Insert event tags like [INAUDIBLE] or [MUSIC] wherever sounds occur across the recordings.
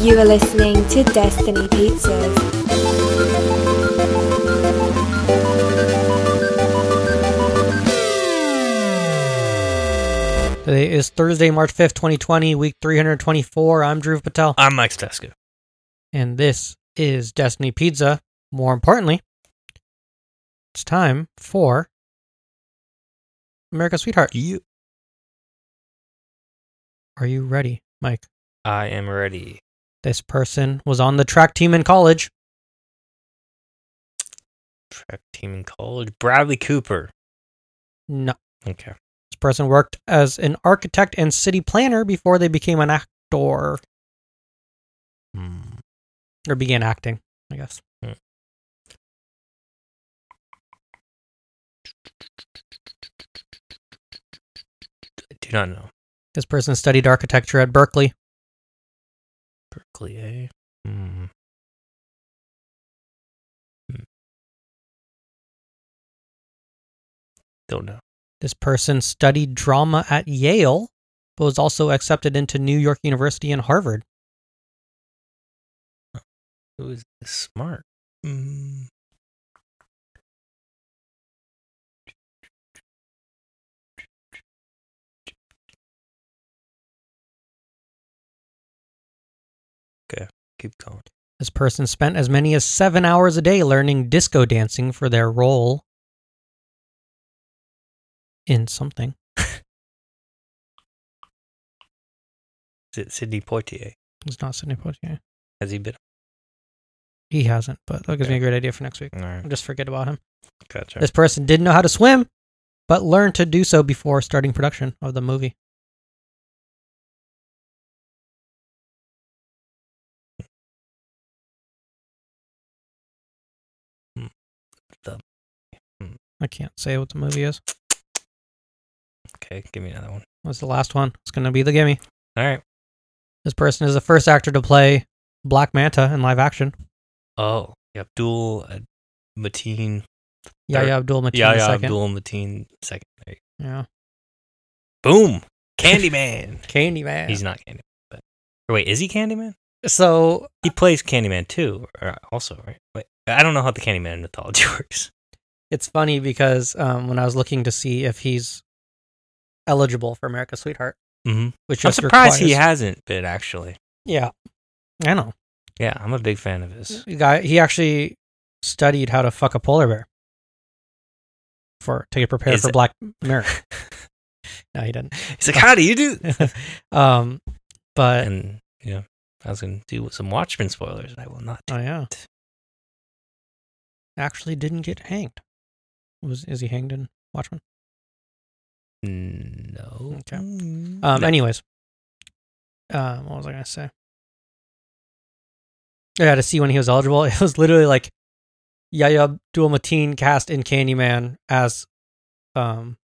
You are listening to Destiny Pizzas. Today is Thursday, March 5th, 2020, week 324. I'm Drew Patel, I'm Max Tesco. and this is Destiny Pizza. More importantly, it's time for America's Sweetheart. You. Are you ready, Mike? I am ready. This person was on the track team in college. Track team in college. Bradley Cooper. No. Okay. This person worked as an architect and city planner before they became an actor Hmm. or began acting, I guess. I do not know. This person studied architecture at Berkeley. Berkeley A. Hmm. Hmm. Don't know. This person studied drama at Yale, but was also accepted into New York University and Harvard. Who is this smart? Mm. Okay, keep going. This person spent as many as seven hours a day learning disco dancing for their role in something. Is it Sidney Poitier? It's not Sidney Poitier. Has he been? He hasn't, but that gives me a great idea for next week. All right, Just forget about him. gotcha. This person didn't know how to swim, but learned to do so before starting production of the movie. Hmm. The- hmm. I can't say what the movie is. Okay, give me another one. What's the last one? It's going to be the gimme. All right. This person is the first actor to play Black Manta in live action. Oh, Abdul uh, Mateen. Yahya Abdul Mateen Yeah, yeah, II. Abdul Mateen second. There you Yeah. go. Boom! [LAUGHS] Candyman. Candyman. He's not Candyman. But or wait, is he Candyman? so He plays Candyman too, or uh, also, right? Wait, I don't know how the Candyman mythology [LAUGHS] works. it's funny because um, when I was looking to see if he's eligible for America's Sweetheart, hmm which I'm just surprised he requires- hasn't been actually. Yeah, I know. Yeah, I'm a big fan of his. The guy, he actually studied how to fuck a polar bear for to get prepared Is for it- [LAUGHS] Black Mirror. no, he didn't. [LAUGHS] He's like, how do you [LAUGHS] do? um, but And you know, I was gonna do some Watchmen spoilers, and I will not. do Oh yeah. Actually didn't get hanged. Was is he hanged in Watchmen? No. Okay. Um, Um anyways. Um what was I gonna say? Yeah, to see when he was eligible. [LAUGHS] It was literally like Yahya Abdul Mateen cast in Candyman as um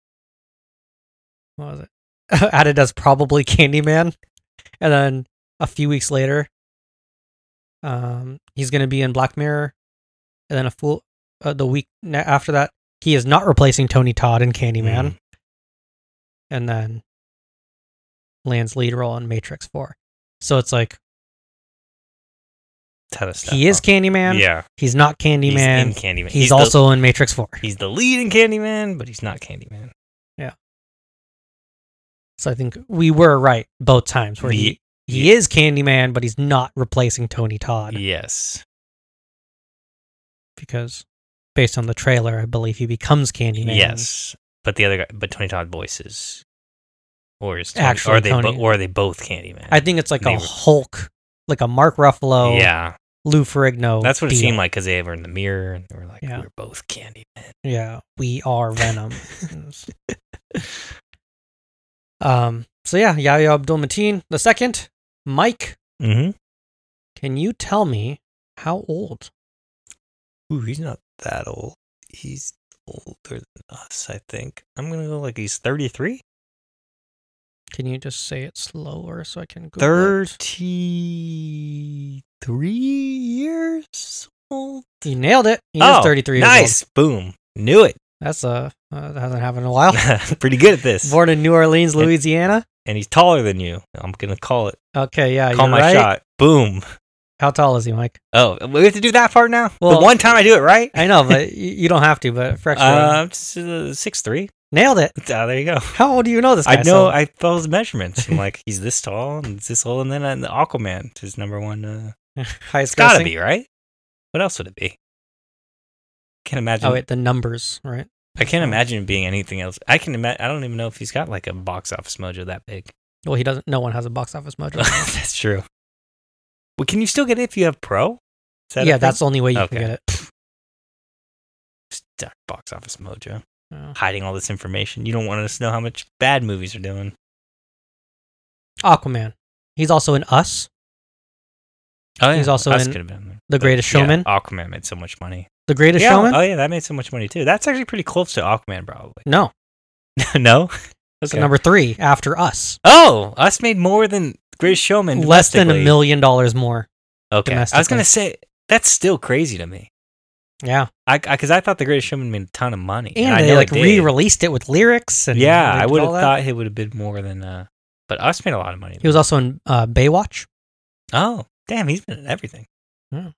what was it? [LAUGHS] Added as probably Candyman. And then a few weeks later, um he's gonna be in Black Mirror. And then a full uh, the week na- after that, he is not replacing Tony Todd in Candyman Mm. and then lands lead role in Matrix Four. So it's like ton of stuff. he is huh? Candyman. Yeah, He's not he's Candyman. in He's, Candyman. the- also in Matrix Four. he's the lead in Candyman, but he's not Candyman. So I think we were right both times where he he is Candyman, but he's not replacing Tony Todd Yes. because based on the trailer, I believe he becomes Candyman. Yes, but the other guy, but Tony Todd voices, or is Tony, Actually are they Tony- bo- or are they both Candyman? I think it's like They a were- Hulk, like a Mark Ruffalo, yeah, Lou Ferrigno. that's what it deal. seemed like because they were in the mirror and they were like, Yeah. we're both Candyman. Yeah, we are [LAUGHS] Venom. [LAUGHS] um. So yeah, Yahya Abdul Mateen the second. Mike, Mm-hmm. can you tell me how old? Ooh, he's not that old. He's older than us, I think. I'm gonna go like he's 33, Can you just say it slower so I can Google it? 33 years old. You nailed it. He oh, is thirty-three. years old. Nice, boom, knew it. [LAUGHS] That's uh, uh, that hasn't happened in a while. [LAUGHS] Pretty good at this. Born in New Orleans, And- Louisiana. and he's taller than you. I'm gonna call it. Okay, yeah, call you're my right. shot. Boom. How tall is he, Mike? Oh, we have to do that part now. Well- the one time I do it right. I know, [LAUGHS] but you, you don't have to. But for extra, Uh, six three. [LAUGHS] nailed it. Ah, there you go. How do you know this? Guy I know. so- I follow his measurements. I'm like, he's this tall and it's this tall, and then uh, the Aquaman is number one. Uh, [LAUGHS] highest it's gotta grossing. be right. What else would it be? Can't imagine. Oh wait, the numbers, right? I can't imagine it being anything else. I can imagine. I don't even know if he's got like a box office mojo that big. Well, he doesn't. No one has a box office mojo. [LAUGHS] that's true. Well, can you still get it if you have pro? Is that a yeah, thing? that's the only way you Okay. can get it. Stuck box office mojo Yeah. hiding all this information. You don't want us to know how much bad movies are doing. Aquaman. He's also in Us, Oh, He's also in could have been there. The Greatest Uh, yeah, Showman. Aquaman made so much money. The Greatest Yeah, Showman. Oh yeah, that made so much money too. That's actually pretty close to Aquaman, probably. [LAUGHS] no, no. it's Okay. number three after Us. Oh, us made more than Greatest Showman. Less than a domestically. million dollars more. Okay, I was domestically. gonna say that's still crazy to me. Yeah, I because I, thought The Greatest Showman made a ton of money, and, I they know like it did. re-released it with lyrics. And Yeah, they I did would have all that. thought it would have been more than. uh But us made a lot of money. he was also in uh, Baywatch. Oh, damn, he's been in everything. Yeah.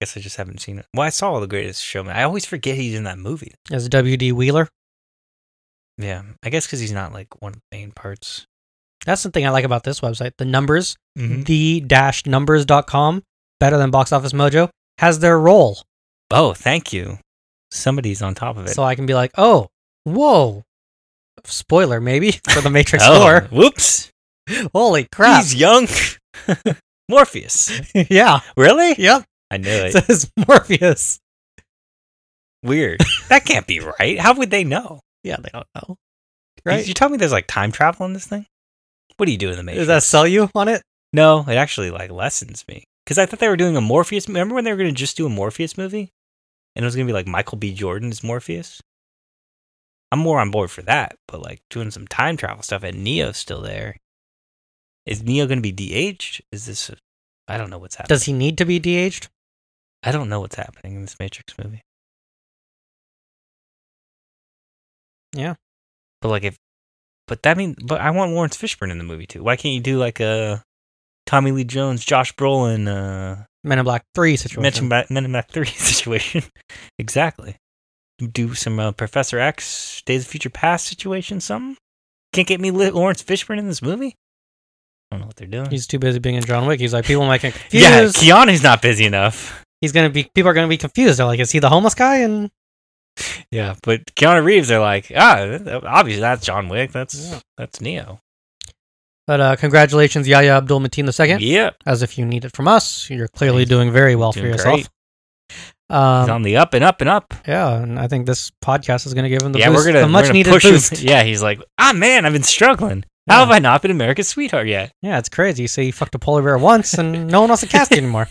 Guess I just haven't seen it. Well, I saw The Greatest Showman. I always forget he's in that movie. As W. D. Wheeler. Yeah, I guess because he's not like one of the main parts. That's the thing I like about this website. The numbers, Mm-hmm. the dash numbers.com, better than Box Office Mojo, has their role. Oh, thank you. Somebody's on top of it. So I can be like, oh, whoa. Spoiler, maybe, [LAUGHS] for the Matrix [LAUGHS] oh, 4. whoops! Holy crap. He's young. [LAUGHS] Morpheus. [LAUGHS] yeah. Really? Yep. I knew it. It [LAUGHS] says Morpheus. Weird. That can't be right. How would they know? Yeah, they don't know. [LAUGHS] Did you Right? tell me there's like time travel in this thing? What do you do in the Matrix? Does that sell you on it? No, it actually like lessens me because I thought they were doing a Morpheus. Remember when they were going to just do a Morpheus movie, and it was going to be like Michael B. Jordan as Morpheus. I'm more on board for that, but like doing some time travel stuff and Neo's still there. Is Neo going to be de-aged? Is this? I I don't know what's happening. Does he need to be de aged? I don't know what's happening in this Matrix movie. Yeah. But like if but that means but I want Lawrence Fishburne in the movie too. Why can't you do like a Tommy Lee Jones, Josh Brolin, uh Men in Black 3 situation. Men in Black- Men in Black 3 [LAUGHS] situation? exactly. Do some uh, Professor X, Days of Future Past situation, something? Can't get me Li- Lawrence Fishburne in this movie? I don't know what they're doing. He's too busy being in John Wick. He's like, people might get confused. [LAUGHS] yeah, Keanu's not busy enough. He's gonna be people are gonna be confused. They're like, is he the homeless guy? And Yeah, but Keanu Reeves, they're like, ah, th- th- obviously that's John Wick, that's Yeah. that's Neo. but uh congratulations, Yahya Abdul Mateen the second. Yeah, As if you need it from us. You're clearly He's doing very well for doing yourself. great. he's Um, on the up and up and up. Yeah, and I think this podcast is going to give him the yeah, boost, we're gonna the much we're gonna needed push boost. Him. [LAUGHS] Yeah, he's like, ah, man, I've been struggling. Yeah. How have I not been America's sweetheart yet? Yeah, it's crazy. So you fucked a polar bear once, [LAUGHS] and no one wants to cast you anymore.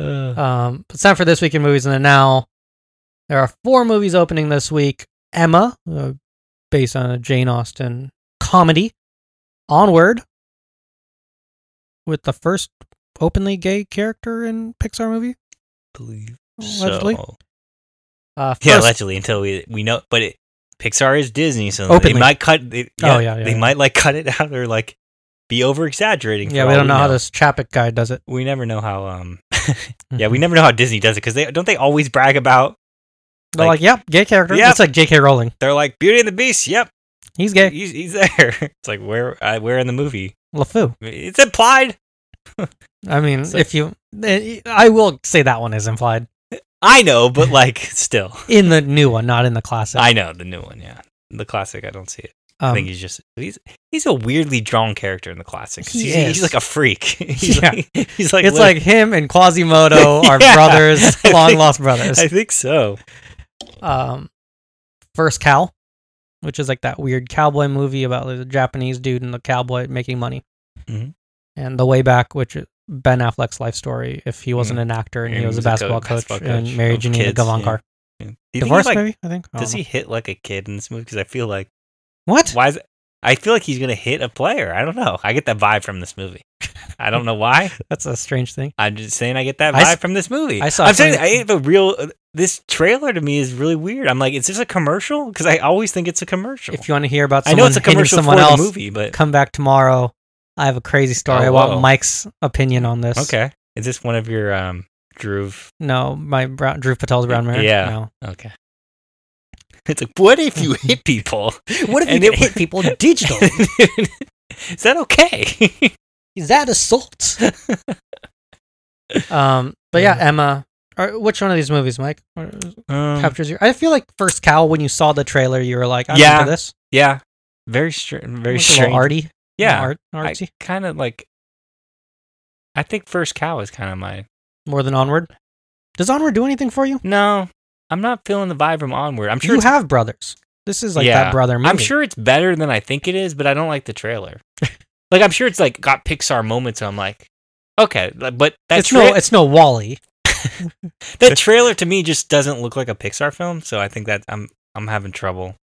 Uh, Um, it's time for this week in movies, and then now there are four movies opening this week. Emma, uh, based on a Jane Austen comedy, Onward, with the first openly gay character in Pixar movie. believe Allegedly. so. Uh, Yeah, first- allegedly until we we know, but it, Pixar is Disney, so Openly. they might cut. They, Oh, yeah, yeah, they yeah. might like cut it out or like be over exaggerating. yeah, we don't know how this Chappick guy does it. We never know how. Um, [LAUGHS] yeah, Mm-hmm. we never know how Disney does it because they don't they always brag about They're like, like- yep, gay character. Yep. It's like J.K. Rowling. They're like Beauty and the Beast. Yep, He's gay. [LAUGHS] he's, he's there. It's like where I where in the movie? LeFou. It's implied. I mean, So- if you, I will say that one is implied I know, but like [LAUGHS] still, in the new one, not in the classic. I know the new one. Yeah, the classic. I don't see it. I Um, think he's just he's he's a weirdly drawn character in the classic. 'cause He he's, is. he's like a freak. [LAUGHS] He's Yeah. like he's like it's lit- [LAUGHS] like him and Quasimodo are Yeah, brothers, [LAUGHS] I long think- lost brothers. I think so. um, first cow, which is like that weird cowboy movie about the Japanese dude and the cowboy making money, Mhm. and the way back, which is Ben Affleck's life story. If he wasn't Mhm. an actor and And he he was a was a co- basketball, coach, basketball and coach married of Janina kids, Gavankar, Yeah. Do you think he, divorce like- maybe I think. I Does don't he know. hit like a kid in this movie? Because I feel like What? why is I feel like he's gonna hit a player. I don't know. I get that vibe from this movie. [LAUGHS] I don't know why. That's a strange thing. I'm just saying I get that I vibe s- from this movie. I saw I'm saying plenty- I have a real. This trailer to me is really weird. I'm like, is this a commercial? Because I always think it's a commercial. If you want to hear about I someone know it's a hitting commercial someone for else, the movie, but come back tomorrow. I have a crazy story. Oh, I want whoa. Mike's opinion on this. okay. Is this one of your um Drew? No, my brown, Drew Patel's brown mare. Yeah. No. [LAUGHS] Okay. It's like, what if you hit [LAUGHS] people? What if you And could [LAUGHS] it- hit people [LAUGHS] is [LAUGHS] that okay? Is that assault? [LAUGHS] um, but yeah, Emma. Or which one of these movies, Mike, or- um, captures your? I feel like first cow when you saw the trailer, you were like, I Yeah. remember this. yeah, very strange. Very It's a little strange. arty. Yeah, art, I artsy kind of like. I think first cow is kind of my more than onward. Does onward do anything for you? no. I'm not feeling the vibe from onward. I'm sure you it's have brothers. This is like Yeah. that brother movie. I'm sure it's better than I think it is, but I don't like the trailer. [LAUGHS] like I'm sure it's like got Pixar moments. And I'm like, okay, like, but that it's tra- no, it's no Wally. [LAUGHS] that trailer to me just doesn't look like a Pixar film. So I think that I'm I'm having trouble.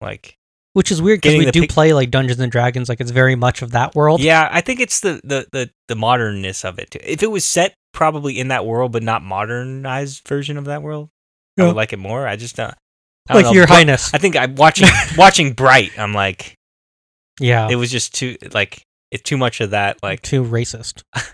Like, Which is weird because Getting we the do pic- play like Dungeons and Dragons, like it's very much of that world. yeah, I think it's the the the, the modernness of it. Too. If it was set probably in that world, but not modernized version of that world, I Yeah. would like it more. I just don't. I don't like know, Your Bri- Highness. I think [LAUGHS] I'm watching watching Bright. I'm like, yeah, it was just too like it too much of that. Like, too racist. I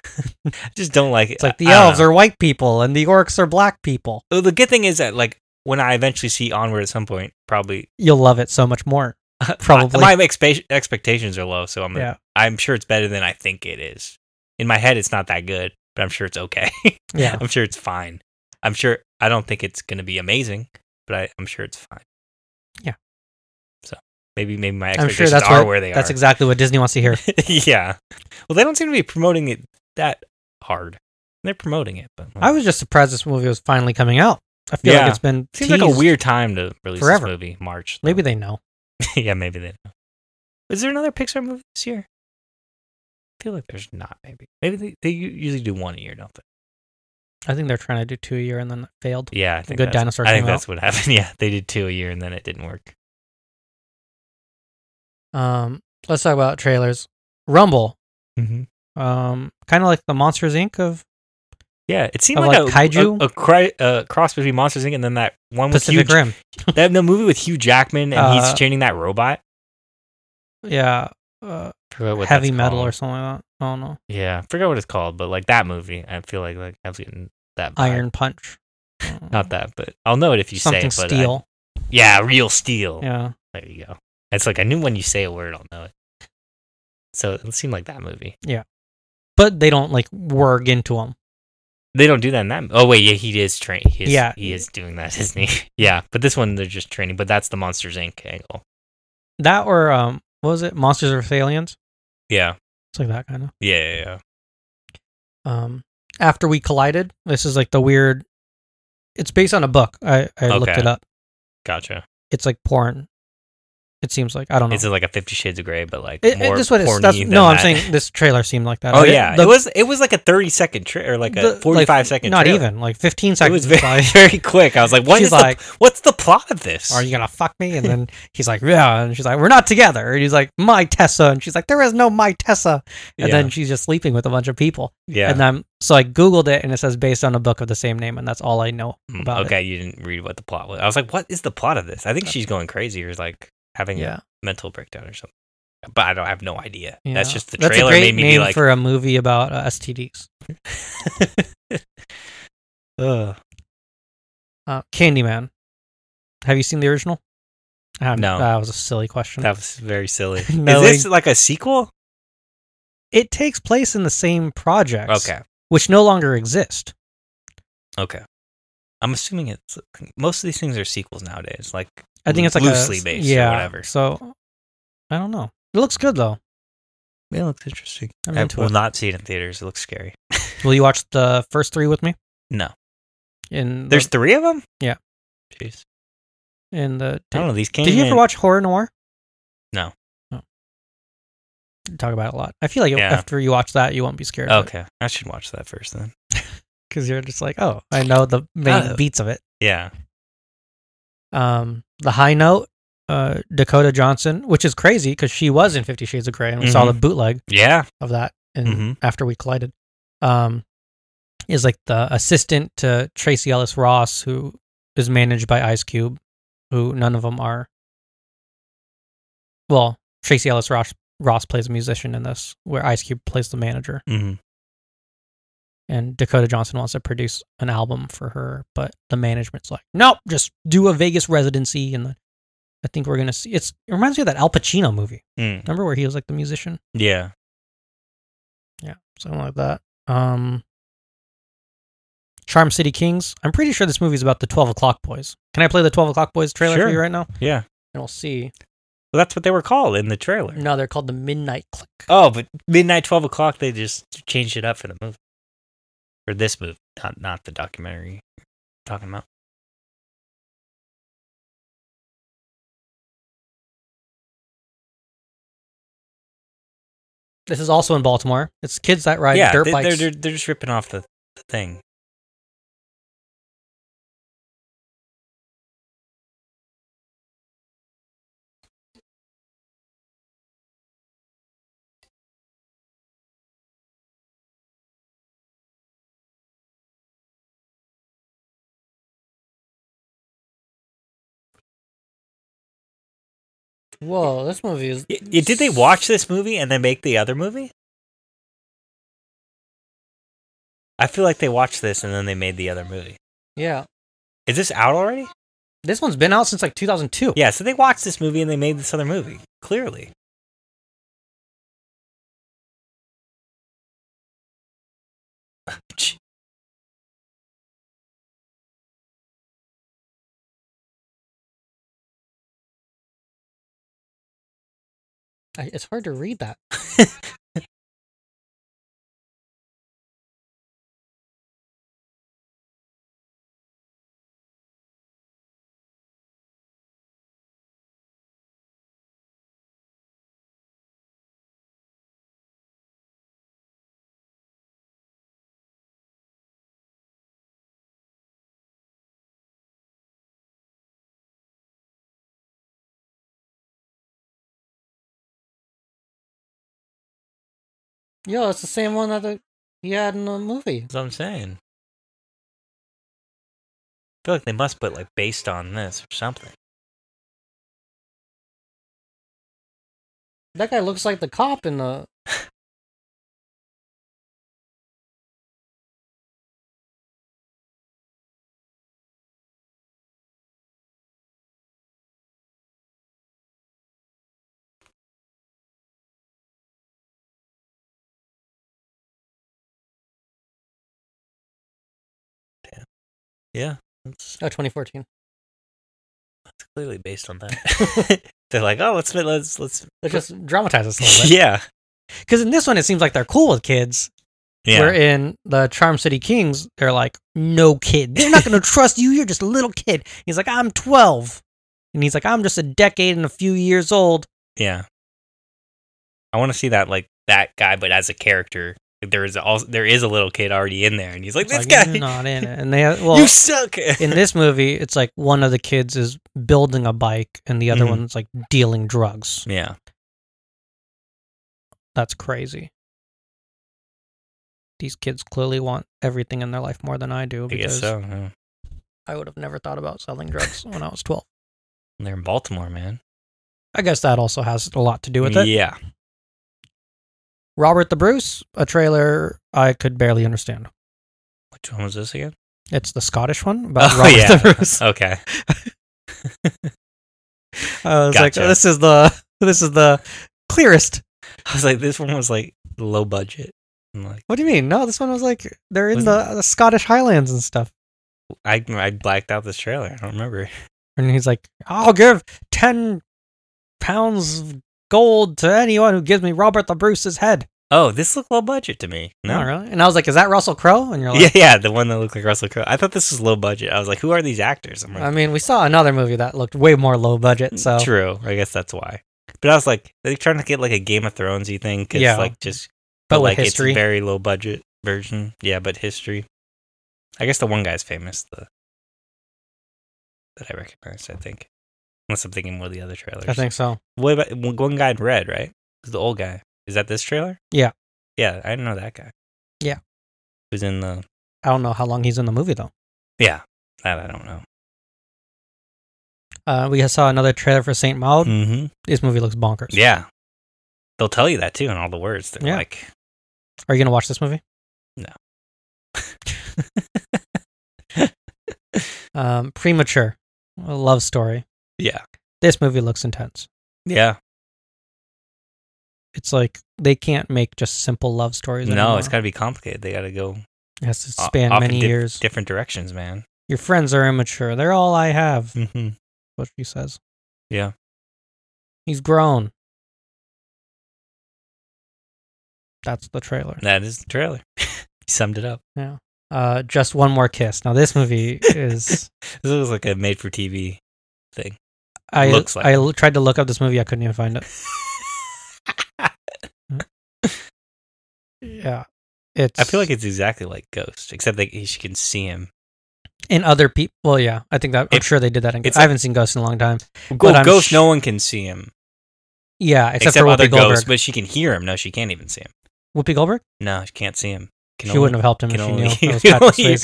just don't like it. It's like the elves are white people and the orcs are black people. Well, the good thing is that like when I eventually see Onward at some point, probably You'll love it so much [LAUGHS] more. Probably. my expe- expectations are low, so I'm yeah. I'm sure it's better than I think it is. In my head, it's not that good, but I'm sure it's okay. [LAUGHS] Yeah. I'm sure it's fine. I'm sure I don't think it's gonna be amazing, but I, I'm sure it's fine. Yeah. So maybe maybe my I'm expectations sure that's are what- where they That's are. exactly what Disney wants to [LAUGHS] hear. yeah. Well, they don't seem to be promoting it that hard. They're promoting it, but I was just surprised this movie was finally coming out. I feel Yeah. like it's been seems like a teased. weird time to release Forever. this movie. March. though. Maybe they know. [LAUGHS] yeah, maybe they know. Is there another Pixar movie this year? I feel like there's not. Maybe maybe they, they u- usually do one a year, don't they? I think they're trying to do two a year and then that failed. Yeah, I think Good that's- Dinosaur I think came out. that's what [LAUGHS] happened. Yeah, they did two a year and then it didn't work. Um, let's talk about trailers. Rumble, Mm-hmm. um, kind of like the Monsters Inc. of Yeah, it seemed Of, like, like, a kaiju? a, a, cri- a cross between Monsters Inc. and then that one with Pacific Hugh, Rim. that no movie with Hugh Jackman and Uh, he's chaining that robot. Yeah, uh, I forgot what heavy that's metal called. or something like that. I don't know. yeah, I forgot what it's called, but like that movie, I feel like like I was getting that vibe. Iron Punch. Uh, Not that, but I'll know it if you something say it. But I- steel. yeah, real steel. yeah, There you go. It's like I knew when you say a word, I'll know it. So it seemed like that movie. but they don't like work into them. They don't do that in that. Oh wait, yeah, he is training. He is, Yeah. he is doing that, [LAUGHS] isn't he? yeah, but this one they're just training. But that's the Monsters Inc. angle. That or um, what was it? Monsters vs Aliens. Yeah, It's like that kind of. yeah, yeah. yeah. Um, after we collided. This is like the weird. It's based on a book. I I looked Okay. it up. Gotcha. It's like porn. It seems like I don't know. Is it like a Fifty Shades of Grey, but like It, it, more that's what it's. porny That's, than no, I'm that? saying this trailer seemed like that. [LAUGHS] oh Like, yeah, the- it was it was like a thirty second tra- or like the- a forty five second. Not trailer. even like 15 It seconds. was very, like, [LAUGHS] very quick. I was like, what she's is the- like, what's the plot of this? "Are you gonna fuck me?" And then he's like, "Yeah," and she's like, "We're not together." And he's like, "My Tessa," and she's like, "There is no my Tessa." And Yeah. then she's just sleeping with a bunch of people. yeah. And I'm so I googled it, and it says based on a book of the same name, and that's all I know Mm, about it. Uh, okay, you didn't read what the plot was. I was like, what is the plot of this? I think she's going crazy or like having Yeah. a mental breakdown or something. But I don't I have no idea. Yeah. That's just the That's trailer a great made me name be like, for a movie about uh, STDs. Ugh. Uh, Candyman. Have you seen the original? I haven't. No. That was a silly question. that was [LAUGHS] very silly. No, is this he- like a sequel? it takes place in the same projects, Okay, which no longer exist. okay. I'm assuming it's most of these things are sequels nowadays. Like I think it's like loosely a, based yeah, or whatever. So I don't know. It looks good though. It looks interesting. I'm I into will it. not see it in theaters. It looks scary. Will you watch the first three with me? No, In there's the, three of them. Yeah. Jeez. in the I don't know these. did you ever Candyman- watch horror noir? No. No. Talk about it a lot. I feel like Yeah. after you watch that, you won't be scared. Okay, I should watch that first then. because you're just like, oh, I know the main Oh. beats of it. Yeah. Um, the high note, uh, Dakota Johnson, which is crazy because she was in Fifty Shades of Grey, and we saw Mhm. the bootleg Yeah. of that. and Mhm. after we collided, um, is like the assistant to Tracy Ellis Ross, who is managed by Ice Cube, who none of them are. Well, Tracy Ellis Ross Ross plays a musician in this, where Ice Cube plays the manager, hmm and Dakota Johnson wants to produce an album for her, but the management's like, nope, just do a Vegas residency, and I think we're gonna see. It's it reminds me of that Al Pacino movie. Mm. Remember where he was like the musician? Yeah. Yeah, something like that. Um, Charm City Kings. I'm pretty sure this movie is about the 12 o'clock boys. Can I play the 12 o'clock boys trailer Sure. for you right now? Yeah. And we'll see. Well, that's what they were called in the trailer. No, they're called the Midnight Click. Oh, but midnight, twelve o'clock. They just changed it up for the movie, for this movie, not not the documentary. you're talking about. This is also in Baltimore. It's kids that ride yeah, dirt they, bikes. are they're they're just ripping off the, the thing. Whoa, this movie is. Y- y- did they watch this movie and then make the other movie? I feel like they watched this and then they made the other movie. Yeah. Is this out already? This one's been out since like 2002. Yeah, so they watched this movie and they made this other movie. Clearly. Gee. I, it's hard to read that. Yo, it's the same one that the, you had in the movie. That's what I'm saying. I feel like they must put like based on this or something. That guy looks like the cop in the. Yeah. It's Oh, 2014. it's clearly based on [LAUGHS] that. They're like, oh let's let's [LAUGHS] let's It just dramatizes a little bit. [LAUGHS] Yeah. Because in this one, it seems like they're cool with kids. Yeah. Where in the Charm City Kings, they're like, no kid. They're not going to [LAUGHS] trust you. You're just a little kid. He's like, I'm 12. And he's like, I'm just a decade and a few years old. Yeah. I want to see that like that guy, but as a character, Like, there is also there is a little kid already in there, and he's like, It's "This like, guy, "You're not in [LAUGHS] it. And they, well, you suck." in [LAUGHS] this movie, it's like one of the kids is building a bike and the other Mhm. one's like dealing drugs. yeah, That's crazy. These kids clearly want everything in their life more than I do I guess because so. yeah. I would have never thought about selling drugs when I was 12. They're in Baltimore, man. I guess that also has a lot to do with it. Yeah, Robert the Bruce, a trailer I could barely understand. which one was this again? It's the Scottish one about Oh, Robert yeah. the [LAUGHS] Bruce. Okay, I was like, Gotcha. this is the this is the clearest. I was like, this one was like low budget. I'm like, What do you mean? No, this one was like they're in Was the, the Scottish Highlands and stuff. I I blacked out this trailer. I don't remember. And he's like, I'll give ten pounds of gold to anyone who gives me Robert the Bruce's head. Oh, this looked low budget to me. No, Oh, really? And I was like, is that Russell Crowe? And you're like, yeah, yeah, the one that looked like Russell Crowe. I thought this was low budget. I was like, who are these actors? I'm like, I mean, we saw another movie that looked way more low budget. Um, So True. I guess that's why. But I was like, they're trying to get like a Game of Thronesy thing because Yeah. like just But with like history. it's very low budget version. Yeah, but history. I guess the one guy's famous. The that I recognize. I think. Unless I'm thinking more of the other trailers. I think so. What about one one guy in red? Right? Is the old guy? Is that this trailer? Yeah. Yeah, I know that guy. Yeah. Who's in the I don't know how long he's in the movie though. Yeah. That I don't know. Uh, we saw another trailer for Saint Maud. Mm-hmm. This movie looks bonkers. Yeah. They'll tell you that too in all the words. They're Yeah. like Are you gonna watch this movie? No. [LAUGHS] um, premature, a love story. Yeah. This movie looks intense. Yeah. It's like they can't make just simple love stories. No, it's anymore. gotta be complicated. They gotta go it has to o- span off in many dif- years. different directions, man. Your friends are immature. They're all I have. Mm-hmm. What she says. Yeah. He's grown. That's the trailer. That is the trailer. [LAUGHS] you summed it up. Uh, just one more kiss. Now this movie [LAUGHS] is. This looks like a made for TV. I Looks like I l- tried to look up this movie. I couldn't even find it. Yeah, it's. I feel like it's exactly like Ghost, except that he- she can see him. in other people. Well, yeah, I think that I'm It- sure they did that. In, it's I a- haven't seen Ghost in a long time. Well, I'm Ghost, sh- no one can see him Yeah, except, except, for other Whoopi Goldberg. ghosts, but she can hear him. No, she can't even see him. Whoopi Goldberg. No, she can't see him. Can she wouldn't have helped him if can she only- [LAUGHS] knew. That was can Patrick only-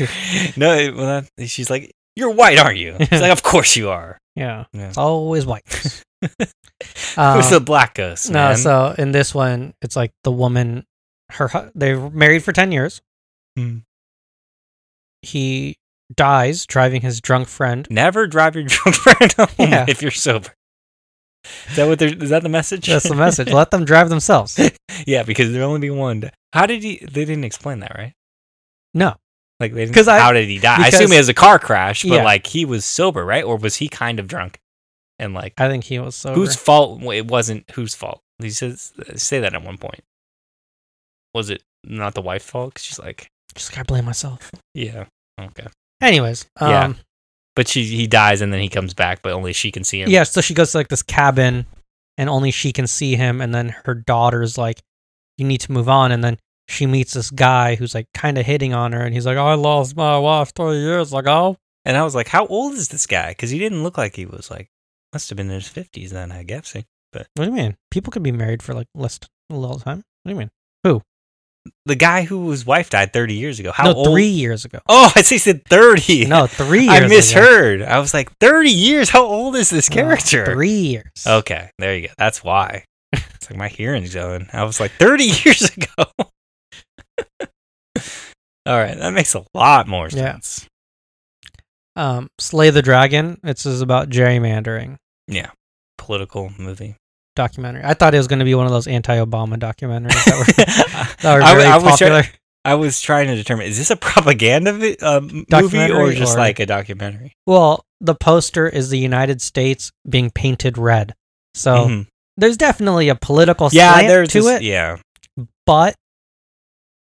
Swayze. [LAUGHS] No, it- well, that, she's like, "You're white, aren't you?" She's [LAUGHS] like, "Of course you are." Yeah, [LAUGHS] Yeah. it's always white. Who's Um, the black ghost? No, man? so in this one, it's like the woman, her hu- they're married for ten years. Hmm. He dies driving his drunk friend. never drive your [LAUGHS] drunk friend home Yeah. if you're sober. Is that what? they're- Is that the message? [LAUGHS] That's the message. Let them drive themselves. yeah, because there'll only be one. d- How did he? They didn't explain that, right? No, Like they didn't. 'Cause I- how did he die? I because- assume it was a car crash, but Yeah. like he was sober, right? Or was he kind of drunk? And like, I think he was sober. whose fault? It wasn't whose fault. He says say that at one point. Was it not the wife's fault? 'Cause she's like, Just gotta blame myself. yeah, okay. Anyways, um, Yeah. yeah. But she he dies and then he comes back, but only she can see him. So she goes to like this cabin, and only she can see him. And then her daughter's like, "You need to move on." And then she meets this guy who's like kind of hitting on her, and he's like, "I lost my wife three years ago." And I was like, how old is this guy? Because he didn't look like he was like must have been in his fifties then, I guess. What do you mean? People could be married for like less a little time. What do you mean? The guy who his wife died thirty years ago. How no, old? three years [LAUGHS] ago. Oh, I see. He said thirty. No, three years. I misheard. I was like, thirty years. How old is this ago. character? No, three years. Okay, there you go. That's why. [LAUGHS] It's like my hearing's going. I was like 30 [LAUGHS] years ago. All right, that makes a lot more Yeah. sense. Um, Slay the Dragon. This is about gerrymandering Political [LAUGHS] movie. [LAUGHS] documentary. I thought it was going to be one of those anti-Obama documentaries that [LAUGHS] were I, that were I very was popular. try- I was trying to determine is this a propaganda vi- uh, m- movie or Documentary just or- like a documentary? well, the poster is the United States being painted red. So Mhm. there's definitely a political Mm-hmm. yeah, Oh. slant there's to this- it, Yeah, but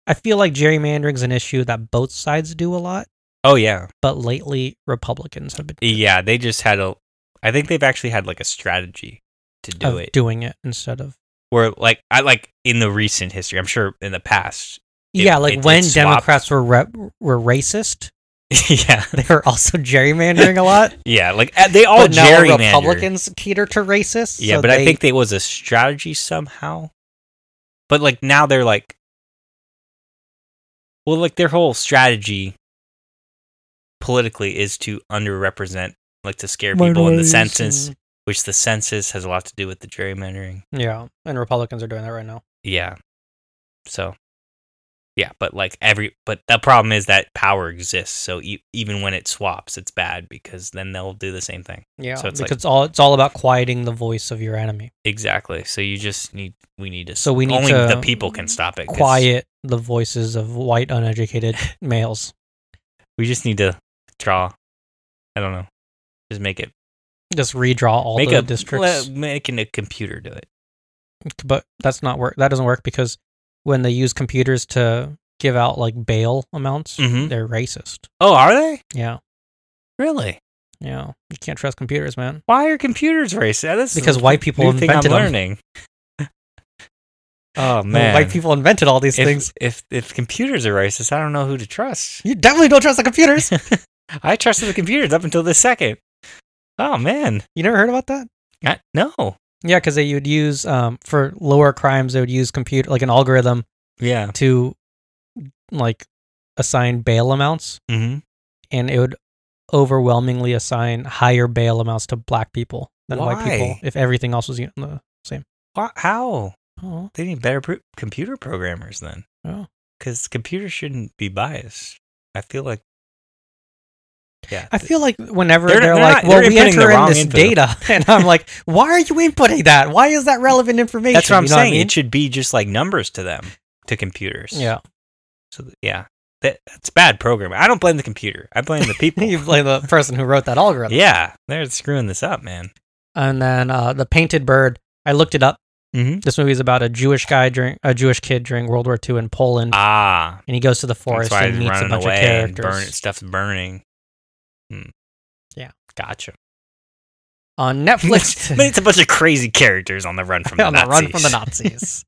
I feel like gerrymandering's an issue that both sides do a lot. oh yeah, but lately Republicans have been yeah. They just had a. I think they've actually had like a strategy to do of it. doing it instead of where like I like in the recent history, I'm sure in the past. [LAUGHS] It- yeah, like it- when it swapped. Democrats were rep- were racist, [LAUGHS] yeah, they were also gerrymandering a lot. Yeah, like uh, they all but now gerrymander. Republicans cater to racists. yeah, so but I they- think there was a strategy somehow. But like now they're like, well, like their whole strategy politically is to underrepresent, like to scare people in the Minorities census, and- which the census has a lot to do with the gerrymandering. yeah, and Republicans are doing that right now. Yeah. So, yeah, but like every, but the problem is that power exists. So e- even when it swaps, it's bad because then they'll do the same thing. Yeah, So it's because like- it's all it's all about quieting the voice of your enemy. Exactly. So you just need we need to. So we need only to the people can stop it. 'cause Quiet the voices of white [LAUGHS] uneducated males. We just need to draw. I don't know. Just make it Just redraw all make the a districts, le- making a computer do it. but that's not work. That doesn't work because when they use computers to give out like bail amounts, Mhm. they're racist. Oh, are they Yeah, really? yeah. You can't trust computers, man. Why are computers racist? That's Because a white people new thing I'm invented them. learning. [LAUGHS] oh Well, man, White people invented all these If, things. if if computers are racist, I don't know who [LAUGHS] to trust. You definitely don't trust the computers. [LAUGHS] I trusted the computers up until this second. Oh man, you never heard about that? I, no. Yeah, because they would use um, for lower crimes they would use computer like an algorithm Yeah. to like assign bail amounts, Mm-hmm. and it would overwhelmingly assign higher bail amounts to black people than white people Why? if everything else was uh, you know, the same. Wha- How? Oh, They need better pro- computer programmers then, oh. because computers shouldn't be biased. I feel like. Yeah. I feel like whenever They're- they're, they're like, not- "Well, they're we inputting the enter in wrong this info. data," [LAUGHS] and I'm like, "Why are you inputting that? Why is that relevant information?" that's what I'm You know saying. I mean? It should be just like numbers to them, to computers. Yeah, [LAUGHS] So th- yeah, that, that's bad programming. I don't blame the computer. I blame the [LAUGHS] people. you blame the person who wrote that algorithm. yeah, they're screwing this up, man. And then uh, the Painted Bird. I looked it up. Mm-hmm. This movie is about a Jewish guy during a Jewish kid during World War II in Poland, Ah, and he goes to the forest that's why and he's meets a running bunch of away and characters. burn, stuff's burning. Hmm. Yeah. [LAUGHS] gotcha. On [LAUGHS] But Netflix, it's a bunch of crazy characters on the run from [LAUGHS] the on the Nazis. run [LAUGHS] from the Nazis.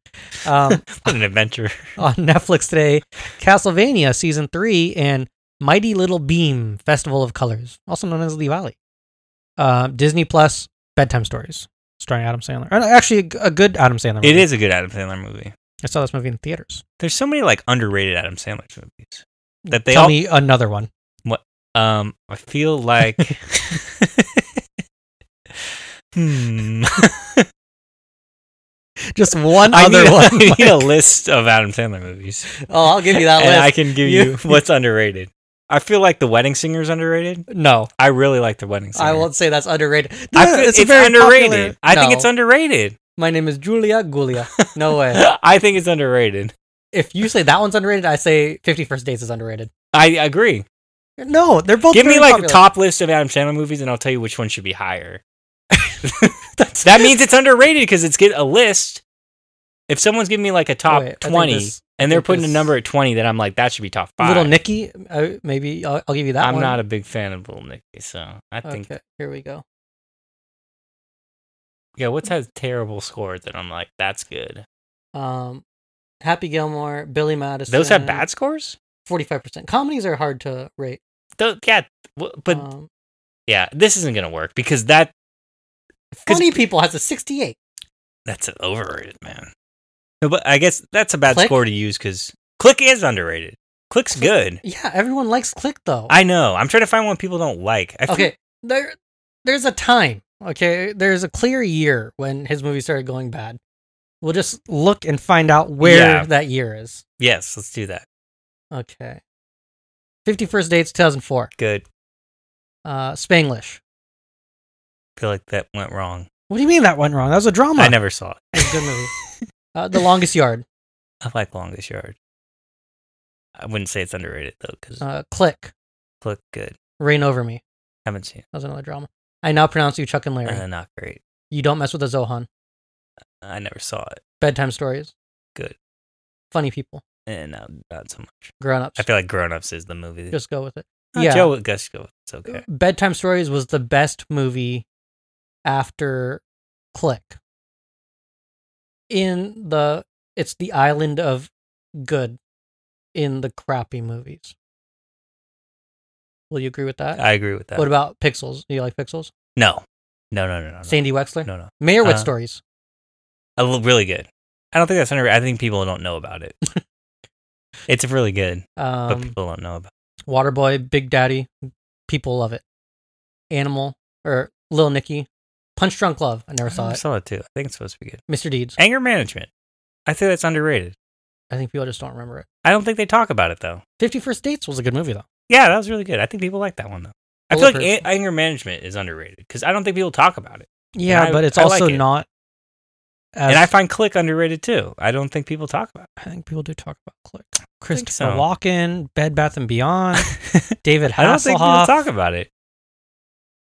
um, what an adventure! on Netflix today, Castlevania season three and Mighty Little Beam Festival of Colors, also known as Diwali. Uh, Disney Plus bedtime stories starring Adam Sandler. Uh, Actually, a good Adam Sandler. It movie. is a good Adam Sandler movie. I saw this movie in theaters. There's so many like underrated Adam Sandler movies that they Tell all. me another one. um, I [LAUGHS] feel like. [LAUGHS] hmm. [LAUGHS] Just one I other need, a- one. I need a [LAUGHS] Like, list of Adam Sandler movies. oh, I'll give you that and list. I can give You- you what's underrated. I feel like The Wedding Singer is underrated. no, I really like The Wedding Singer. I won't say that's underrated. I feel- It's a it's, very underrated. popular- I think No. it's underrated. My name is Julia [LAUGHS] Gulia. No way. I think it's underrated. if you say that one's underrated, I say Fifty First Dates is underrated. I agree. No, they're both. Give me very like popular. a top list of Adam Sandler movies, and I'll tell you which one should be higher. [LAUGHS] that means it's underrated because it's get a list. If someone's giving me like a top Wait, I think twenty, this- and they're think putting a this- number at twenty, then I'm like, that should be top five. Little Nicky, uh, maybe I'll, I'll give you that I'm one. not a big fan of Little Nicky, so I think Okay, here we go. yeah. What's has terrible score that I'm like, that's good. Um, Happy Gilmore, Billy Madison. Those have bad scores? Forty-five percent. Comedies are hard to rate, Tho- yeah, w- but um, yeah, this isn't gonna work because that Funny People has a sixty-eight. that's overrated, man. No, but I guess that's a bad Click? score to use because Click is underrated. Click's good. Yeah, everyone likes Click though. I know. I'm trying to find one people don't like. I feel- okay, there, there's a time. Okay, there's a clear year when his movie started going bad. We'll just look and find out where Yeah. that year is. Yes, let's do that. Okay. Fifty First Dates, two thousand four. Good. Uh, Spanglish. Feel like that went wrong. What do you mean that went wrong? That was a drama. I never saw it. It was a good movie. [LAUGHS] Uh, the Longest Yard, I like Longest Yard. I wouldn't say it's underrated though because uh, Click, Click good. Rain Over Me. Haven't seen. That was another drama. I now pronounce you Chuck and it. Larry. Uh, not great. you don't mess with a Zohan. I never saw it. Bedtime stories. Good. Funny people. And uh, not so much. Grown ups. I feel like Grown Ups is the movie. Just go with it. Uh, yeah. Joe Gusko. It's okay. Bedtime Stories was the best movie after Click. In the it's the island of good in the crappy movies. Will you agree with that? I uh, agree with that. What about Pixels? Do you like Pixels? no. No, no, no, no. no. Sandy Wexler? No, no. Mayor with Uh, Stories. I look really good. I don't think that's underrated. I think people don't know [LAUGHS] about it. it's really good, but Um, people don't know about Waterboy, Big Daddy, people love it. Animal or Lil Nicky, Punch Drunk Love. I it. never saw I it. saw it too. I think it's supposed to be good. Mr. Deeds. Anger management. I think that's underrated. I think people just don't remember it. I don't think they talk about it though. Fifty First Dates was a good movie though. Yeah, that was really good. I think people like that one though. I feel like Bulletproof. a- anger management is underrated because I don't think people talk about it. Yeah, I- but it's I like also it. not. As, and I find click underrated too. I don't think people talk about I think people do talk about Click. Christopher so. Walken, Bed Bath and [LAUGHS] Beyond, it. David I don't think people Hasselhoff talk about it.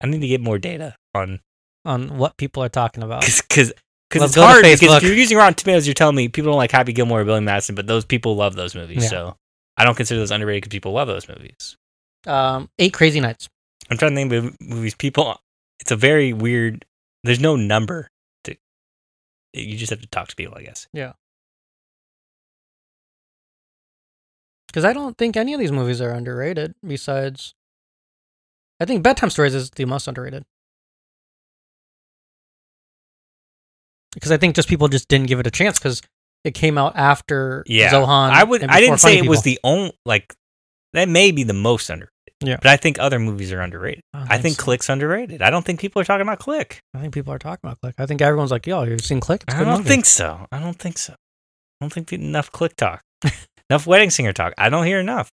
I need to get more data on on what people are talking [LAUGHS] about. because because Uh, Let's it's go to hard. Because Facebook. if you're using Rotten Tomatoes, you're telling me people don't like Happy Gilmore or Billy Madison, but those people love those movies. Yeah. So I don't consider those underrated because people love those movies. Um, Eight Crazy Nights. I'm trying to think of movies people. It's a very weird. There's no number. To, you just have to talk to people, I guess. Because I don't think any of these movies are underrated. Besides, I think Bedtime Stories is the most underrated. Because I think just people just didn't give it a chance. Because it came out after Yeah, Zohan. I would. and I before didn't say Funny it was People. the only. Like that may be the most underrated. Yeah. But I think other movies are underrated. don't I think so. Click's underrated. I don't think people are talking about Click. I think people are talking about Click. I think everyone's like, "Yo, you've seen Click? It's a I good don't movie." think so. I don't think so. I don't think enough [LAUGHS] Click talk. enough wedding singer talk. I don't hear enough.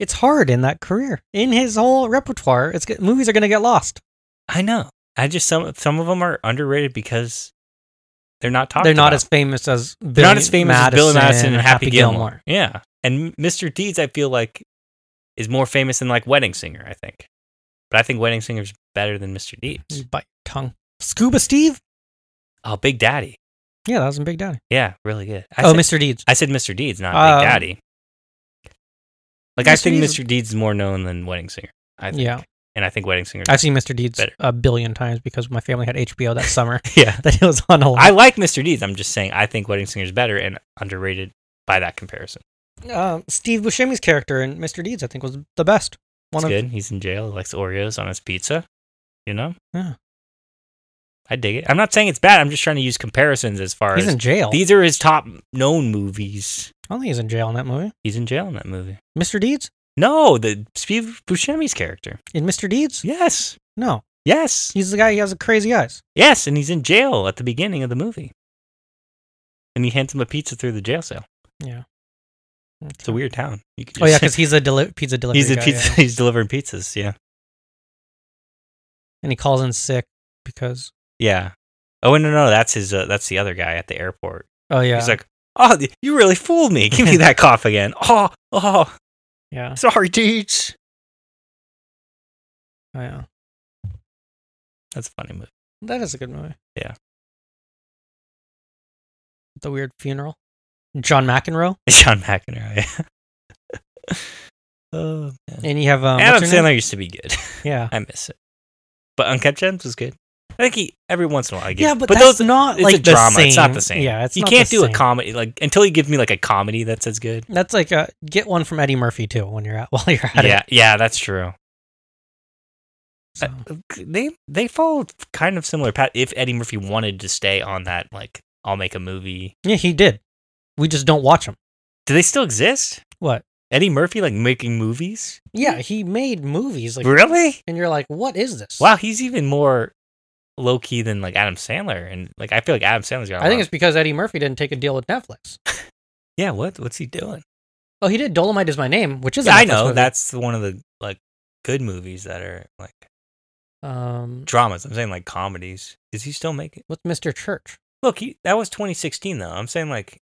it's hard in that career. In his whole repertoire, it's get, movies are going to get lost. I know. I just some some of them are underrated because they're not talked. They're not about. as famous as Billy they're not as famous Madison as Billy Madison and or Happy, Gilmore. Gilmore. Yeah, and Mr. Deeds, I feel like is more famous than like Wedding Singer. I think, but I think Wedding Singer's better than Mr. You Deeds. bite your tongue. Scuba Steve? Oh, Big Daddy. Yeah, that was in Big Daddy. Yeah, really good. I oh, said, Mr. Deeds. I said Mr. Deeds, not Uh, Big Daddy. Like I Mr. think Deeds- Mr. Deeds is more known than Wedding Singer. I think. Yeah. and I think Wedding Singer. I've [LAUGHS] seen Mr. Deeds Better. a billion times because my family had HBO that summer [LAUGHS] yeah, that it was on a lot. I like Mr. Deeds. I'm just saying I think Wedding Singer's better and underrated by that comparison. uh, Steve Buscemi's character in Mr. Deeds, I think, was the best. One It's of good. He's in jail. He likes Oreos on his pizza. You know. Yeah. I dig it. I'm not saying it's bad. I'm just trying to use comparisons as far he's as in jail. these are his top known movies. I don't think he's in jail in that movie. He's in jail in that movie. Mr. Deeds No, the Steve Buscemi's character. in Mr. Deeds? Yes, No, yes, he's the guy. He has the crazy eyes. yes, and he's in jail at the beginning of the movie. And he hands him a pizza through the jail cell. Yeah. It's a weird town. You could Oh yeah, [LAUGHS] just- because he's a deli- pizza [LAUGHS] delivery. he's a guy, pizza. yeah. He's delivering pizzas. Yeah, and he calls in sick because yeah. Oh no, no, that's his. Uh, that's the other guy at the airport. oh yeah, He's like, "Oh, th- you really fooled me. [LAUGHS] Give me that cough again. [LAUGHS] Oh, oh, yeah, sorry, dudes. oh, yeah. That's a funny movie. [LAUGHS] That is a good movie. Yeah. The weird funeral. John McEnroe, John McEnroe. Yeah. [LAUGHS] oh man. and you have um, Adam what's her name? Sandler used to be good. [LAUGHS] Yeah, I miss it. But Uncut Gems was good. I think he every once in a while. I get, yeah, but, that's not it's like a The drama. same. It's not the same. Yeah, it's you not can't the do same. a comedy like until you give me like a comedy that's as good. That's like a get one from Eddie Murphy too when you're at [LAUGHS] while you're at Yeah, it. yeah, that's true. So, They they followed kind of similar path. If Eddie Murphy wanted to stay on that, like I'll make a movie. yeah, he did. We just don't watch him. Do they still exist? What? Eddie Murphy like making movies? Yeah, he made movies like, really? and you're like, what is this? Wow, he's even more low key than like Adam Sandler, and like I feel like Adam Sandler's got. a I think lot- it's because Eddie Murphy didn't take a deal with Netflix. yeah. What what's he doing? Oh, he did. Dolomite is my name, which is a Yeah, I Netflix know movie. that's one of the like good movies that are like Um, dramas. I'm saying like comedies. Is he still making? what's Mr. Church? Look, he that was 2016 though. I'm saying like.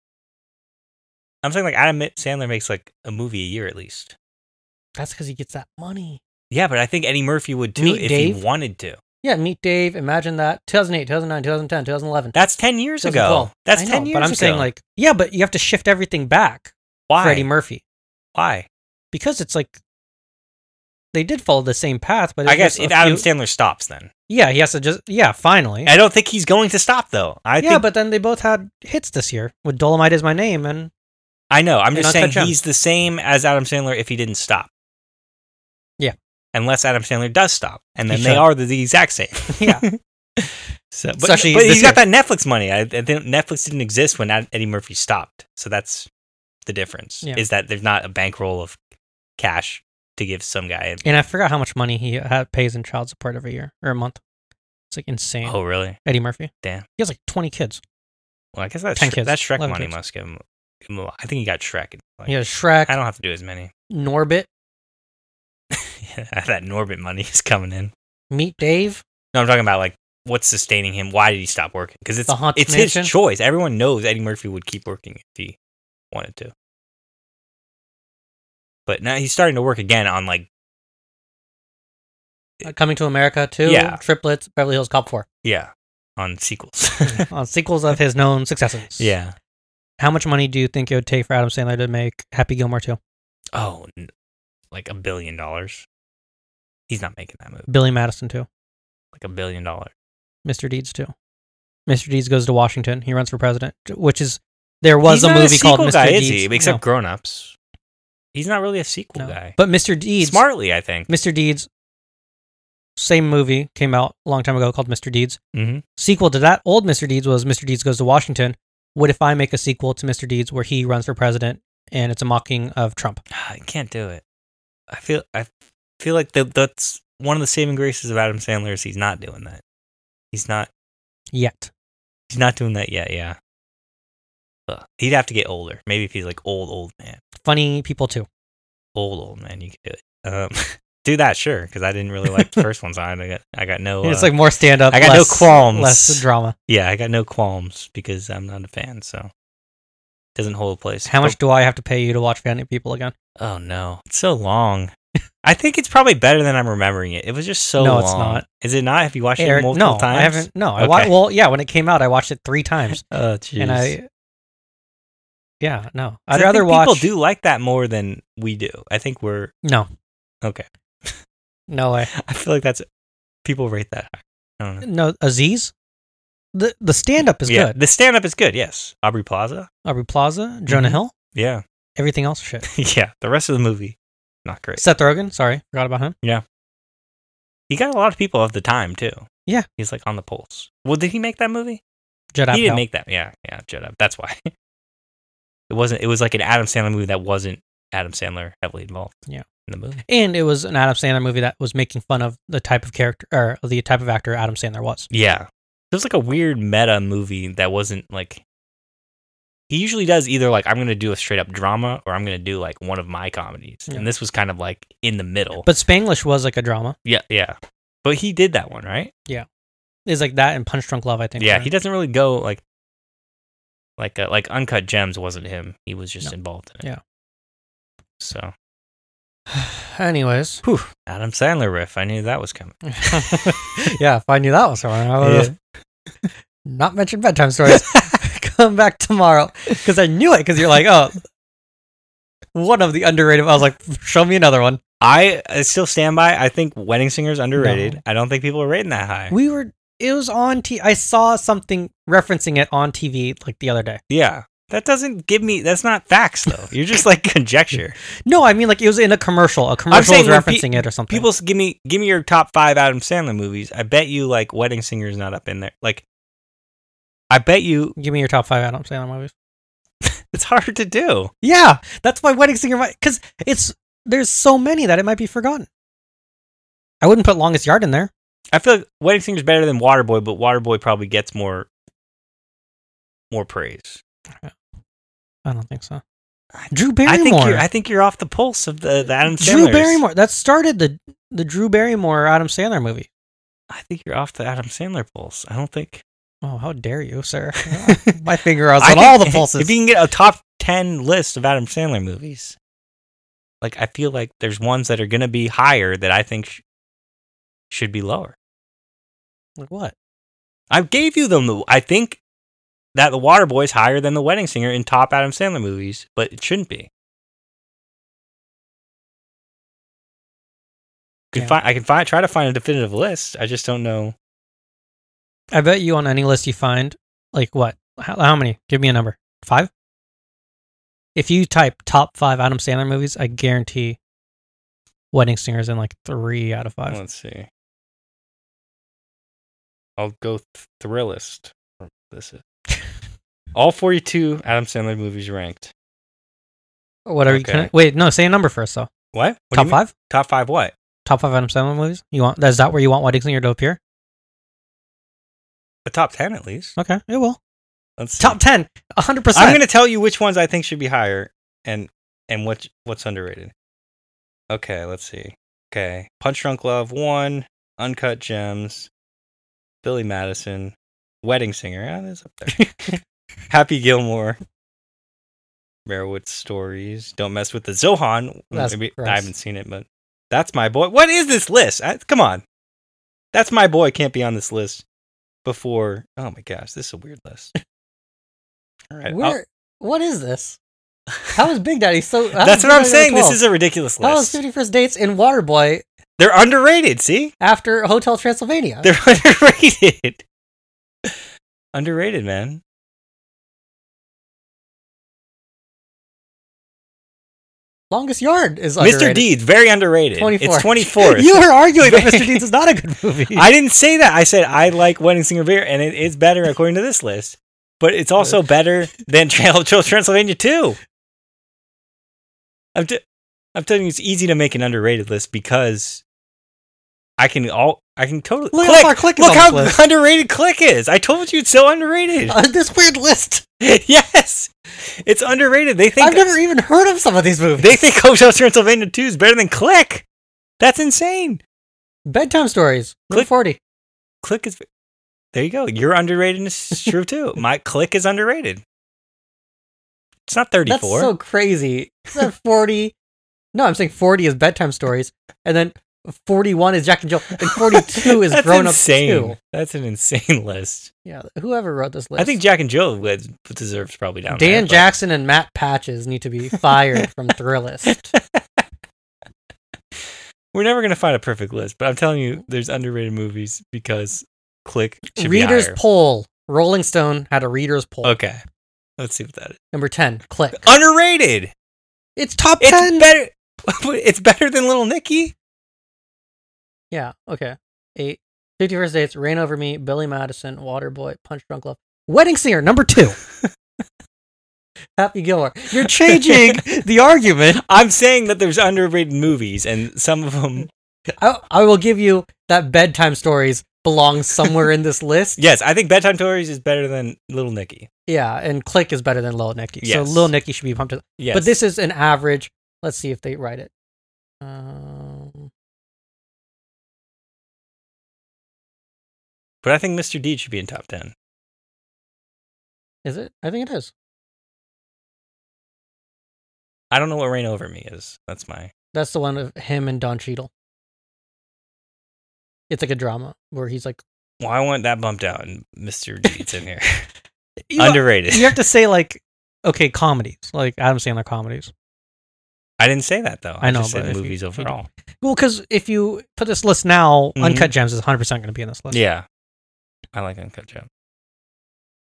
I'm saying like Adam Sandler makes like a movie a year at least. That's because he gets that money. Yeah, but I think Eddie Murphy would too Meet if Dave? he wanted to. Yeah, Meet Dave. Imagine that. 2008, 2009, 2010, 2011. That's ten years ago. 2012. That's I know, ten years. But I'm ago. saying like, yeah, but you have to shift everything back for Eddie why? Murphy Why? because it's like they did follow the same path, but I it's guess just if a Adam few- Sandler stops, then yeah, he has to just yeah, finally. I don't think he's going to stop though. I yeah, think, but then they both had hits this year with Dolomite is my name and I know. I'm And just Uncut saying Gems. he's the same as Adam Sandler if he didn't stop. Yeah. unless Adam Sandler does stop, and He then they should. are the, the exact same. yeah, So, but, Especially but this he's got that Netflix money. I, I think Netflix didn't exist when Ad- Eddie Murphy stopped, so that's the difference. Yeah. Is that there's not a bankroll of cash to give some guy. and I forgot how much money he ha- pays in child support every year or a month. It's like insane. Oh, really? Eddie Murphy. Damn. He has like 20 kids. Well, I guess that's Ten Shre- kids, that Shrek 11 money kids. must give him. give him a lot. I think he got Shrek. Like, He has Shrek, I don't have to do as many. [LAUGHS] Norbit, Yeah, that Norbit money [LAUGHS] is coming in. Meet Dave. No, I'm talking about like what's sustaining him. Why did he stop working? Because it's The Haunted it's his Mansion? choice. Everyone knows Eddie Murphy would keep working if he wanted to. But now he's starting to work again on like Uh, Coming to America too. Yeah. Triplets, Beverly Hills Cop 4. yeah on sequels. on sequels of his known successes. [LAUGHS] Uh, yeah. How much money do you think it would take for Adam Sandler to make Happy Gilmore 2? Oh, n- like a billion dollars. He's not making that move. Billy Madison 2? Like a billion dollars. Mr. Deeds 2? Mr. Deeds goes to Washington. He runs for president, which is. There was He's a not movie called sequel Mr. Guy, Deeds. Is he? Except No, Grown Ups. He's not really a sequel no. guy. But Mr. Deeds. Smartly, I think. Mr. Deeds. Same movie came out a long time ago called Mr. Deeds. Mm-hmm. Sequel to that old Mr. Deeds was Mr. Deeds Goes to Washington. what if I make a sequel to Mr. Deeds where he runs for president and it's a mocking of Trump? I ah, can't do it. I feel I feel like that that's one of the saving graces of Adam Sandler is he's not doing that. He's not Yet. he's not doing that yet. Yeah. Ugh. He'd have to get older. Maybe if he's like old old man, Funny people too. old old man, you could do it. Um, [LAUGHS] do that sure because I didn't really like the first one, so I got I got [LAUGHS] no. it's uh, like more stand up. I got no qualms. Less drama. yeah, I got no qualms because I'm not a fan, so doesn't hold a place. How But- much do I have to pay you to watch Family People again? Oh no, it's so long. [LAUGHS] I think it's probably better than I'm remembering it. It was just so No, long. it's not. Is it not? Have you watched Hey, it Eric, multiple no, times? I haven't. No, I Okay. wa- well, yeah, when it came out, I watched it three times, [LAUGHS] Oh jeez. and I, yeah, no, 'Cause I'd I rather think watch. People do like that more than we do. I think we're No, okay. [LAUGHS] no way. I feel like that's people rate that high. I don't know. No, Aziz, the the stand up is yeah, good. the stand up is good. Yes, Aubrey Plaza. Aubrey Plaza, Jonah Mhm. Hill, Yeah, everything else shit. [LAUGHS] yeah. The rest of the movie, not great. Seth Rogen, sorry, forgot about him. He got a lot of people of the time too. Yeah. he's like on the pulse. Well, did he make that movie? Judd he didn't Apatow. make that. Yeah, yeah, Judd Apatow. That's why. [LAUGHS] it wasn't. It was like an Adam Sandler movie that wasn't Adam Sandler heavily involved. Yeah. in the movie. and it was an Adam Sandler movie that was making fun of the type of character or the type of actor Adam Sandler was. Yeah, it was like a weird meta movie that wasn't like. He usually does either like I'm gonna do a straight up drama or I'm gonna do like one of my comedies, Yeah. and this was kind of like in the middle. But Spanglish was like a drama. yeah, yeah. But he did that one, right? It's like that and Punch Drunk Love, I think. Yeah, right? he doesn't really go like, like uh, like Uncut Gems wasn't him. He was just No. involved in it. Yeah. So [SIGHS] [LAUGHS] Anyways, Whew, Adam Sandler riff. I knew that was coming. yeah, if I knew that was coming, I would have [LAUGHS] not mentioned bedtime [LAUGHS] stories. Come back tomorrow because I knew it. Because you're like, oh, one of the underrated. I was like, show me another one. I uh, still stand by. I think Wedding Singer's underrated. No. I don't think people are rating that high. We were. It was on. T- I saw something referencing it on TV like the other day. yeah. That doesn't give me. That's not facts, though. You're just like [LAUGHS] conjecture. No, I mean like it was in a commercial. A commercial was saying when pe- referencing it or something. People s- give me give me your top five Adam Sandler movies. I bet you like Wedding Singer's not up in there. Like, I bet you give me your top five Adam Sandler movies. it's hard to do. Yeah, that's why Wedding Singer might because it's there's so many that it might be forgotten. I wouldn't put Longest Yard in there. I feel like Wedding Singer's better than Waterboy, but Waterboy probably gets more more praise. I don't think so. Drew I Barrymore. think you're. I think you're off the pulse of the, the Adam Sandler. Drew Barrymore. That started the the Drew Barrymore Adam Sandler movie. I think you're off the Adam Sandler pulse. I don't think. Oh, how dare you, [LAUGHS] sir! My finger was I on think all the if- pulses. If you can get a top 10 list of Adam Sandler movies, like I feel like there's ones that are going to be higher that I think sh- should be lower. like what? I gave you them. The, I think that The Waterboy is higher than The Wedding Singer in top Adam Sandler movies, but it shouldn't be. Could Yeah. fi- I can find, try to find a definitive list. I just don't know. I bet you on any list you find, like what? How, how many? Give me a number. Five. If you type top five Adam Sandler movies, I guarantee Wedding Singer's in like three out of 5 Let's see. I'll go th- Thrillist. This is [LAUGHS] all 42 Adam Sandler movies ranked. Whatever. You okay. can, wait, no, say a number first though. What? What do you top mean? five. Top five? What? Top five Adam Sandler movies. You want? Is that where you want Wedding Singer to appear? The top 10 at least. Okay, it will. Let's see. Top ten. hundred percent. I'm going to tell you which ones I think should be higher and and what what's underrated. Okay, let's see. Okay, Punch Drunk Love one, Uncut Gems, Billy Madison, Wedding Singer. Ah, that's up [LAUGHS] there. Happy Gilmore, Merowitz Stories. Don't mess with the Zohan. That's Maybe- gross. I haven't seen it, but that's my boy. What is this list? I, come on, that's my boy. Can't be on this list before. Oh my gosh, this is a weird list. [LAUGHS] All right, I'll- Where? What is this? How is Big Daddy so? how [LAUGHS] is That's what Big I'm Daddy saying. This 12? is a ridiculous how is list. Fifty First Dates in Waterboy They're underrated. See, after Hotel Transylvania? they're [LAUGHS] underrated. underrated, man. Longest Yard is Mr. Deeds, very underrated. 24. It's [LAUGHS] 24. you were arguing that [LAUGHS] Mr. Deeds is not a good movie. I didn't say that. I said I like Wedding Singer Beer, and it is better according to this list. but it's also better than [LAUGHS] Trail of Transylvania 2. I'm, t- I'm telling you, it's easy to make an underrated list because I can all I can totally Look how click. far Click is on Look this how list. underrated Click is. I told you it's so underrated. On this weird list. [LAUGHS] yes, it's underrated. They think I've never even heard of some of these movies. they think Hotel Transylvania 2 is better than Click. That's insane. Bedtime stories. Click Click- forty. Click is there. You go. Your underratedness is [LAUGHS] true too. My Click is underrated. It's not That's 34. so crazy. Is that forty? No, I'm saying forty is bedtime stories, and then forty-one is Jack and Jill, [LAUGHS] and forty-two is That's grown insane. up too. That's an insane [LAUGHS] list. Yeah, whoever wrote this list? I think Jack and Jill was- deserves probably down Dan there, but- Jackson and Matt Patches need to [LAUGHS] be fired from Thrillist. We're never gonna find a perfect list, but I'm telling you, there's underrated movies because Click [LAUGHS] should Readers be higher. poll. Rolling Stone had a readers poll. okay, let's see what that is. Number ten. Click. Underrated. It's top It's ten. better. [LAUGHS] it's better than Little Nicky. Yeah. Okay. Eight. Fifty First Dates, Rain Over Me, Billy Madison, Waterboy, Punch Drunk Love, Wedding Singer, number two. [LAUGHS] Happy Gilmore. You're [LAUGHS] [LAUGHS] changing the argument. I'm saying that there's underrated movies, and some of them. I, I will give you that bedtime stories belong somewhere in this [LAUGHS] list. Yes, I think Bedtime Stories is better than Little Nicky. Yeah, and Click is better than Lil Nicky. So Yes. Lil Nicky should be pumped. up. Yes, But this is an average. Let's see if they write it. Um, But I think Mr. Deed should be in top ten. is it? I think it is. I don't know what Rain Over Me is. That's my. That's the one of him and Don Cheadle. It's like a drama where he's like Well, I want that bumped out, and Mr. Deed's in here. [LAUGHS] You- underrated. you have to say like okay comedies like Adam Sandler comedies. I didn't say that though. I know, just but said if you- movies if you do- overall. Well, because if you put this list now, Mhm. Uncut Gems is 100 percent going to be in this [LAUGHS] list. Yeah, I like Uncut Gem.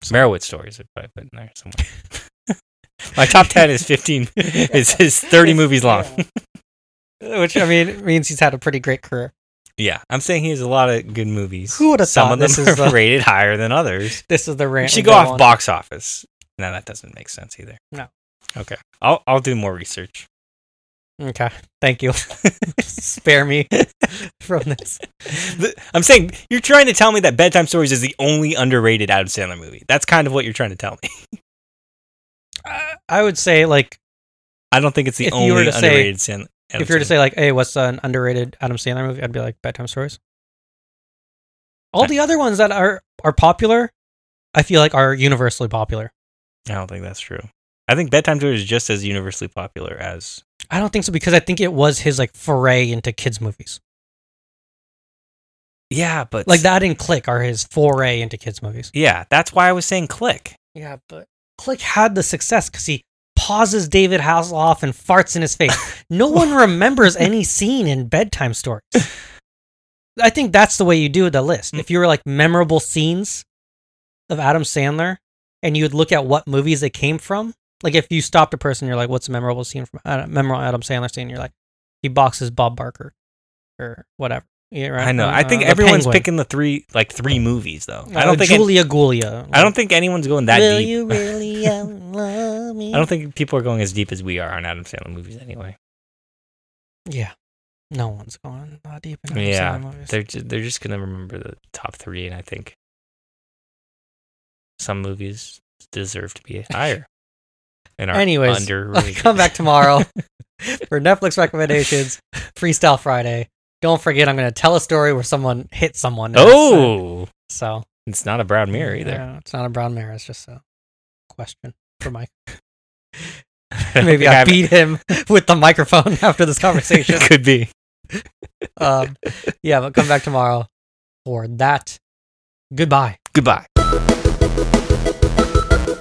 Merowitz stories are probably put in there somewhere. [LAUGHS] my top ten is [LAUGHS] fifteen. Is is thirty movies long. Yeah. [LAUGHS] Which I mean means he's had a pretty great career. Yeah, I'm saying he has a lot of good movies. Who would've Some thought of them this are is the- [LAUGHS] rated higher than others. This is the We rant. should we go off on. box office. No, that doesn't make sense either. No. Okay, I'll I'll do more research. Okay, thank you. [LAUGHS] Spare me [LAUGHS] from this. The- I'm saying you're trying to tell me that Bedtime Stories is the only underrated Adam Sandler movie. That's kind of what you're trying to tell me. [LAUGHS] I- I would say like I don't think it's the If only you were to say- underrated Sand- Adam if you were to Sandler say like, hey, what's an underrated Adam Sandler movie? I'd be like Bedtime Stories. All the other ones that are are popular, I feel like are universally popular. I don't think that's true. I think bedtime stories is just as universally popular as I don't think so because I think it was his like foray into kids movies. yeah, but Like that and Click are his foray into kids movies. Yeah, that's why I was saying click. Yeah, but Click had the success because he pauses David Hasselhoff and farts in his [LAUGHS] face. No one remembers any scene in bedtime stories. I think that's the way you do the Mm. list. If you were like memorable scenes of Adam Sandler, and you would look at what movies they came from. Like if you stopped a person, you're like, "What's a memorable scene from Adam, memorable Adam Sandler scene?" You're like, "He boxes Bob Barker, or whatever." Yeah, right. I know. I Uh, think The everyone's Penguin. picking the three like three movies though. I Uh, don't think it- Julia uh, Gulia. I don't think anyone's going that Will deep. [LAUGHS] you really love me? I don't think people are going as deep as we are on Adam Sandler movies anyway. Yeah, no one's going that deep. In Adam Yeah, Sandler movies. They're just, they're just gonna remember the top three, and I think some movies deserve to [LAUGHS] be higher. And are Anyways, [LAUGHS] [LAUGHS] I'll underrated. come [LAUGHS] back tomorrow for Netflix recommendations, Freestyle Friday. Don't forget, I'm going to tell a story where someone hit someone. else. Oh, so it's not a brown mirror either. Yeah, it's not a brown mare. It's just a question for [LAUGHS] Mike. [LAUGHS] I don't Maybe think I I've- beat him [LAUGHS] with the microphone after this [LAUGHS] conversation. Could be. um, yeah, but come back tomorrow for that. Goodbye. Goodbye.